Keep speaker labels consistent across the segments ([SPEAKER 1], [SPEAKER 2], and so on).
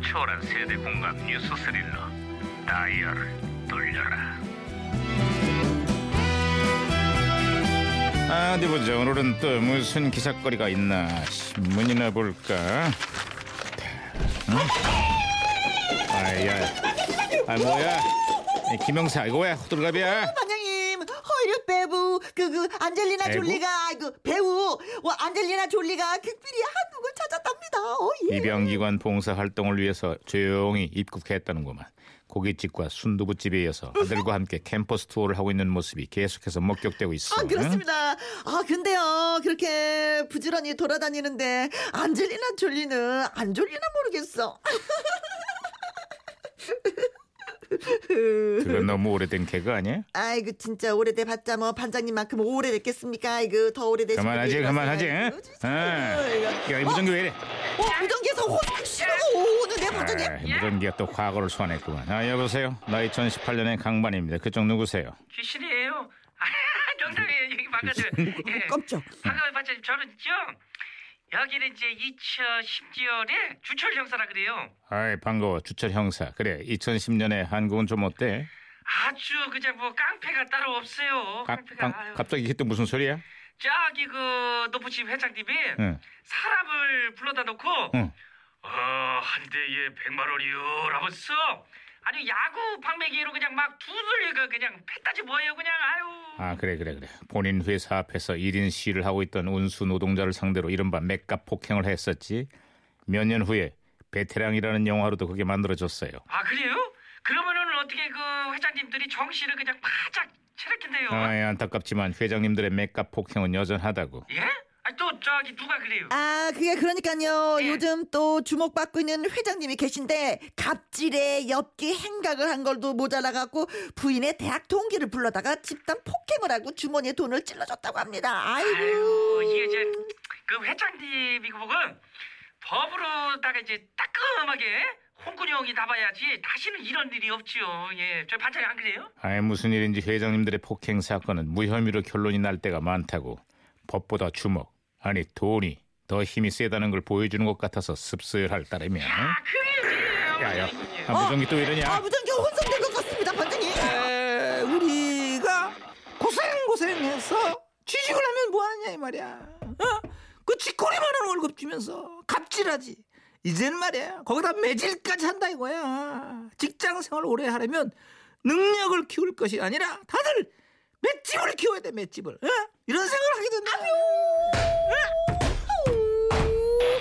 [SPEAKER 1] 치열한 세대 공감 뉴스 스릴러 다이얼을 돌려라
[SPEAKER 2] 아, 어디 보자. 오늘은 또 무슨 기사거리가 있나 신문이나 볼까. 응? 아야, 아 뭐야? 이 김영사 이거 왜 호들갑이야?
[SPEAKER 3] 반장님 허이류 배우 그그 안젤리나
[SPEAKER 2] 배우?
[SPEAKER 3] 졸리가 그 배우 어, 안젤리나 졸리가 극비리 한국을 찾았답니다. 어, 예.
[SPEAKER 2] 입양기관 봉사 활동을 위해서 조용히 입국했다는구만. 고깃집과 순두부집에 이어서 아들과 함께 캠퍼스 투어를 하고 있는 모습이 계속해서 목격되고 있어.
[SPEAKER 3] 아
[SPEAKER 2] 응?
[SPEAKER 3] 그렇습니다. 아 근데요 그렇게 부지런히 돌아다니는데 안젤리나 졸리는 안 졸리나 모르겠어.
[SPEAKER 2] 그건 너무 오래된 개그 아니야?
[SPEAKER 3] 아이고 진짜 오래돼 봤자 뭐 반장님만큼 오래됐겠습니까? 아이고 더 오래되신
[SPEAKER 2] 그만하지,
[SPEAKER 3] 분들이라서.
[SPEAKER 2] 그만하지. 응?
[SPEAKER 3] 아이고, 진짜.
[SPEAKER 2] 아, 야이 무전기 왜 이래?
[SPEAKER 3] 어 무전기에서 호박 씨라고 오는데 반장님.
[SPEAKER 2] 아, 무전기가 또 과거를 소환했구만. 아, 여보세요. 나 2018년의 강반입니다. 그쪽 누구세요?
[SPEAKER 4] 귀신이에요. 아, 농담이에요. 여기 바깥에. 예.
[SPEAKER 3] 깜짝.
[SPEAKER 4] 반가워요, 반장님. 저는 죠 여기는 이제 2010년에 주철 형사라 그래요.
[SPEAKER 2] 아이, 반가워. 주철 형사. 그래, 2010년에 한국은 좀 어때?
[SPEAKER 4] 아주 그냥 뭐 깡패가 따로 없어요.
[SPEAKER 2] 가,
[SPEAKER 4] 깡패가.
[SPEAKER 2] 방,
[SPEAKER 4] 아유.
[SPEAKER 2] 갑자기 이게 또 무슨 소리야?
[SPEAKER 4] 저기 그 노프집 회장님이
[SPEAKER 2] 응,
[SPEAKER 4] 사람을 불러다 놓고
[SPEAKER 2] 응.
[SPEAKER 4] 어, 한 대에 백만 원이요. 라면서 아니 야구 방매기로 그냥 막 두들리고 그냥 패다지 뭐예요 그냥 아유.
[SPEAKER 2] 아, 그래, 그래, 그래. 본인 회사 앞에서 1인 시위를 하고 있던 운수 노동자를 상대로 이른바 맥값 폭행을 했었지. 몇 년 후에 베테랑이라는 영화로도 그게 만들어졌어요.
[SPEAKER 4] 아 그래요? 그러면은 어떻게 그 회장님들이 정신을 그냥 바짝 차렸겠네요.
[SPEAKER 2] 아이, 안타깝지만 회장님들의 맥값 폭행은 여전하다고.
[SPEAKER 4] 예? 아니 또 저기 누가 그래요?
[SPEAKER 3] 아, 그게 그러니까요.
[SPEAKER 4] 예.
[SPEAKER 3] 요즘 또 주목받고 있는 회장님이 계신데 갑질에 엽기 행각을 한 걸도 모자라 갖고 부인의 대학 동기를 불러다가 집단 폭행을 하고 주머니에 돈을 찔러줬다고 합니다. 아이고.
[SPEAKER 4] 아유 이게 이제 그 회장님이고 뭐고 법으로다가 이제 따끔하게 홍군형이 나봐야지 다시는 이런 일이 없지요. 예, 저희 반장이 안 그래요?
[SPEAKER 2] 아예 무슨 일인지 회장님들의 폭행 사건은 무혐의로 결론이 날 때가 많다고 법보다 주먹 아니 돈이 더 힘이 세다는 걸 보여주는 것 같아서 씁쓸할 따름이야.
[SPEAKER 4] 아 그래요.
[SPEAKER 2] 야야,
[SPEAKER 4] 예.
[SPEAKER 2] 아, 무전기 또 이러냐?
[SPEAKER 3] 아, 무전기 혼선된 것 같습니다, 반장님.
[SPEAKER 5] 에, 우리가 고생 고생해서 취직을 하면 뭐하냐 이 말이야. 어? 그 쥐꼬리만한 월급 주면서 갑질하지. 이제는 말이야 거기다 매질까지 한다 이거야. 직장 생활 오래 하려면 능력을 키울 것이 아니라 다들 맷집을 키워야 돼 맷집을. 어? 이런 생각을 하게 된다. 어?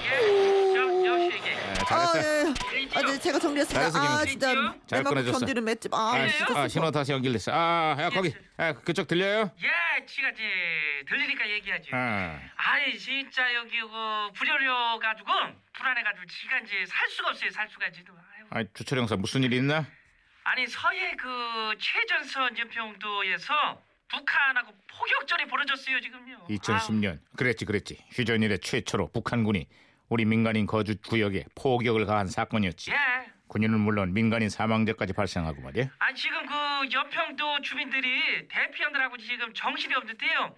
[SPEAKER 4] 예, 저 여시 이게.
[SPEAKER 2] 아,
[SPEAKER 3] 아,
[SPEAKER 2] 잘했어.
[SPEAKER 3] 예.
[SPEAKER 4] 그리고
[SPEAKER 3] 아, 네, 제가 정리했습니다.
[SPEAKER 2] 잘했어,
[SPEAKER 3] 아,
[SPEAKER 2] 김현수.
[SPEAKER 3] 진짜
[SPEAKER 4] 잘
[SPEAKER 3] 내 마음
[SPEAKER 2] 끊어줬어.
[SPEAKER 3] 견디는 맷집. 아,
[SPEAKER 2] 아, 시-
[SPEAKER 3] 진짜 예,
[SPEAKER 2] 아, 신호 다시 연결됐어. 아, 야 거기, 아, 그쪽 들려요?
[SPEAKER 4] 예, 지가 이제 들리니까 얘기하지.
[SPEAKER 2] 아,
[SPEAKER 4] 아이 진짜 여기 그 불려려 가지고 불안해 가지고 지가 이제 살 수가 없어요 살 수가 지금 아유.
[SPEAKER 2] 아 주철 형사 무슨 일 있나?
[SPEAKER 4] 아니 서해 그 최전선 연평도에서 북한하고 포격전이 벌어졌어요 지금요
[SPEAKER 2] 2010년
[SPEAKER 3] 아.
[SPEAKER 2] 그랬지, 그랬지. 휴전일에 최초로 북한군이 우리 민간인 거주 구역에 포격을 가한 사건이었지.
[SPEAKER 4] 아유, 예
[SPEAKER 2] 군인은 물론 민간인 사망자까지 발생하고 말이야.
[SPEAKER 4] 아니 지금 그 연평도 주민들이 대피원들하고 지금 정신이 없는데요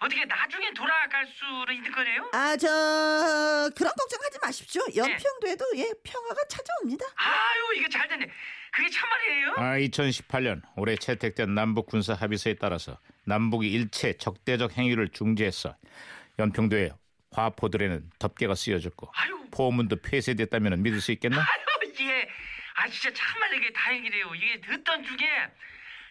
[SPEAKER 4] 어떻게 나중에 돌아갈 수는 있는 거네요
[SPEAKER 3] 아, 저 그런 걱정하지 마십시오.
[SPEAKER 2] 네.
[SPEAKER 3] 연평도에도 예, 평화가 찾아옵니다.
[SPEAKER 4] 아유 이거 잘 됐네 그게 참말이에요
[SPEAKER 2] 아, 2018년 올해 채택된 남북 군사 합의서에 따라서 남북이 일체 적대적 행위를 중지했어. 연평도의 화포들에는 덮개가 씌워졌고
[SPEAKER 4] 아유
[SPEAKER 2] 포문도 폐쇄됐다면 믿을 수 있겠나?
[SPEAKER 4] 아유 이게 아 진짜 참말 이게 다행이래요 이게 듣던 중에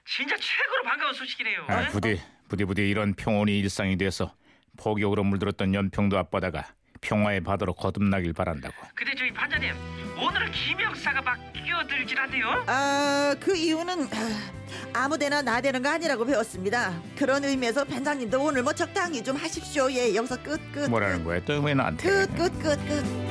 [SPEAKER 4] 진짜 최고로 반가운 소식이래요 네?
[SPEAKER 2] 아, 부디 부디 부디 이런 평온이 일상이 돼서 폭격으로 물들었던 연평도 앞바다가 평화의 바다로 거듭나길 바란다고.
[SPEAKER 4] 근데 저희 반장님 오늘은 김영사가 막 끼어들질 않네요
[SPEAKER 3] 아, 그 이유는 아, 아무데나 나대는 거 아니라고 배웠습니다. 그런 의미에서 반장님도 오늘 뭐 적당히 좀 하십시오. 예, 영서 끝, 끝. 그,
[SPEAKER 2] 뭐라는 거야? 또 왜 나한테?
[SPEAKER 3] 끝, 끝, 끝, 끝.